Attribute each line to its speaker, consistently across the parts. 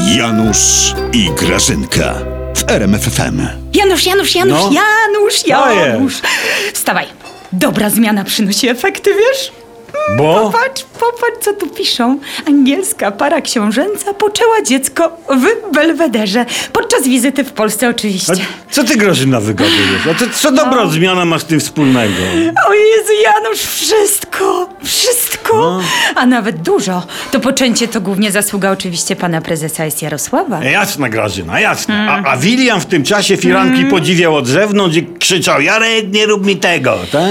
Speaker 1: Janusz i Grażynka w RMFFM.
Speaker 2: Janusz, Janusz, Janusz,
Speaker 3: No.
Speaker 2: Janusz,
Speaker 3: A
Speaker 2: Janusz. Wstawaj. Dobra zmiana przynosi efekty, wiesz?
Speaker 3: Bo?
Speaker 2: Popatrz, popatrz, co tu piszą. Angielska para książęca poczęła dziecko w Belwederze. Podczas wizyty w Polsce
Speaker 3: A
Speaker 2: oczywiście.
Speaker 3: co ty Grażyna wygadujesz? A ty, co dobra zmiana masz ty wspólnego?
Speaker 2: O Jezu, Janusz, wszystko, wszystko, a nawet dużo. To poczęcie to głównie zasługa oczywiście pana prezesa jest Jarosława.
Speaker 3: E, Jasna Grażyna, jasna. A, a William w tym czasie firanki podziwiał od zewnątrz i krzyczał Jarek, nie rób mi tego, tak?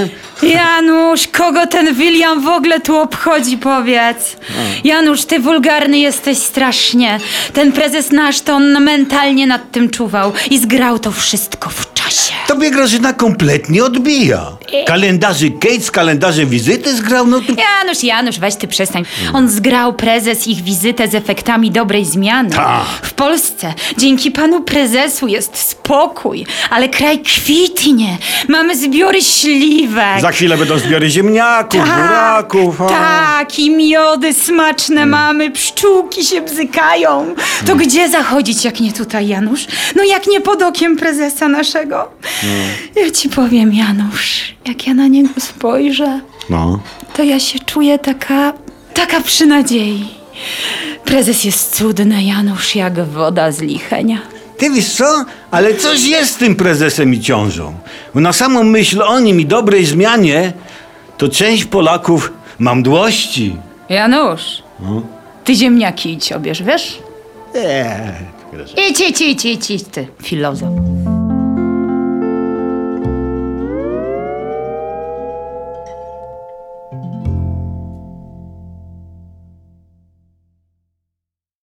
Speaker 2: Janusz, kogo ten William w ogóle tu obchodzi, powiedz? Janusz, ty wulgarny jesteś strasznie. Ten prezes nasz to on mentalnie nad tym czuwał i zgrał to wszystko w czasie.
Speaker 3: Tobie Grażyna kompletnie odbija. Kalendarzy Kate z kalendarzy wizyty zgrał, no tu...
Speaker 2: Janusz, Janusz, weź ty przestań. On zgrał prezes ich wizytę z efektami dobrej zmiany.
Speaker 3: Tak.
Speaker 2: W Polsce dzięki panu prezesu jest spokój, ale kraj kwitnie. Mamy zbiory śliwek.
Speaker 3: Za chwilę będą zbiory ziemniaków, buraków. a.
Speaker 2: tak, i miody smaczne mamy, pszczółki się bzykają. To gdzie zachodzić, jak nie tutaj, Janusz? No jak nie pod okiem prezesa naszego? Ja ci powiem, Janusz, jak ja na niego spojrzę,
Speaker 3: No.
Speaker 2: to ja się czuję taka, taka przy nadziei. Prezes jest cudny, Janusz, jak woda z lichenia.
Speaker 3: Ty wiesz co? Ale coś jest z tym prezesem i ciążą. Bo na samą myśl o nim i dobrej zmianie, to część Polaków ma mdłości.
Speaker 2: Janusz, ty ziemniaki idź obierz, wiesz?
Speaker 3: Eee.
Speaker 2: Idź, idź, idź, idź, idź ty, filozof.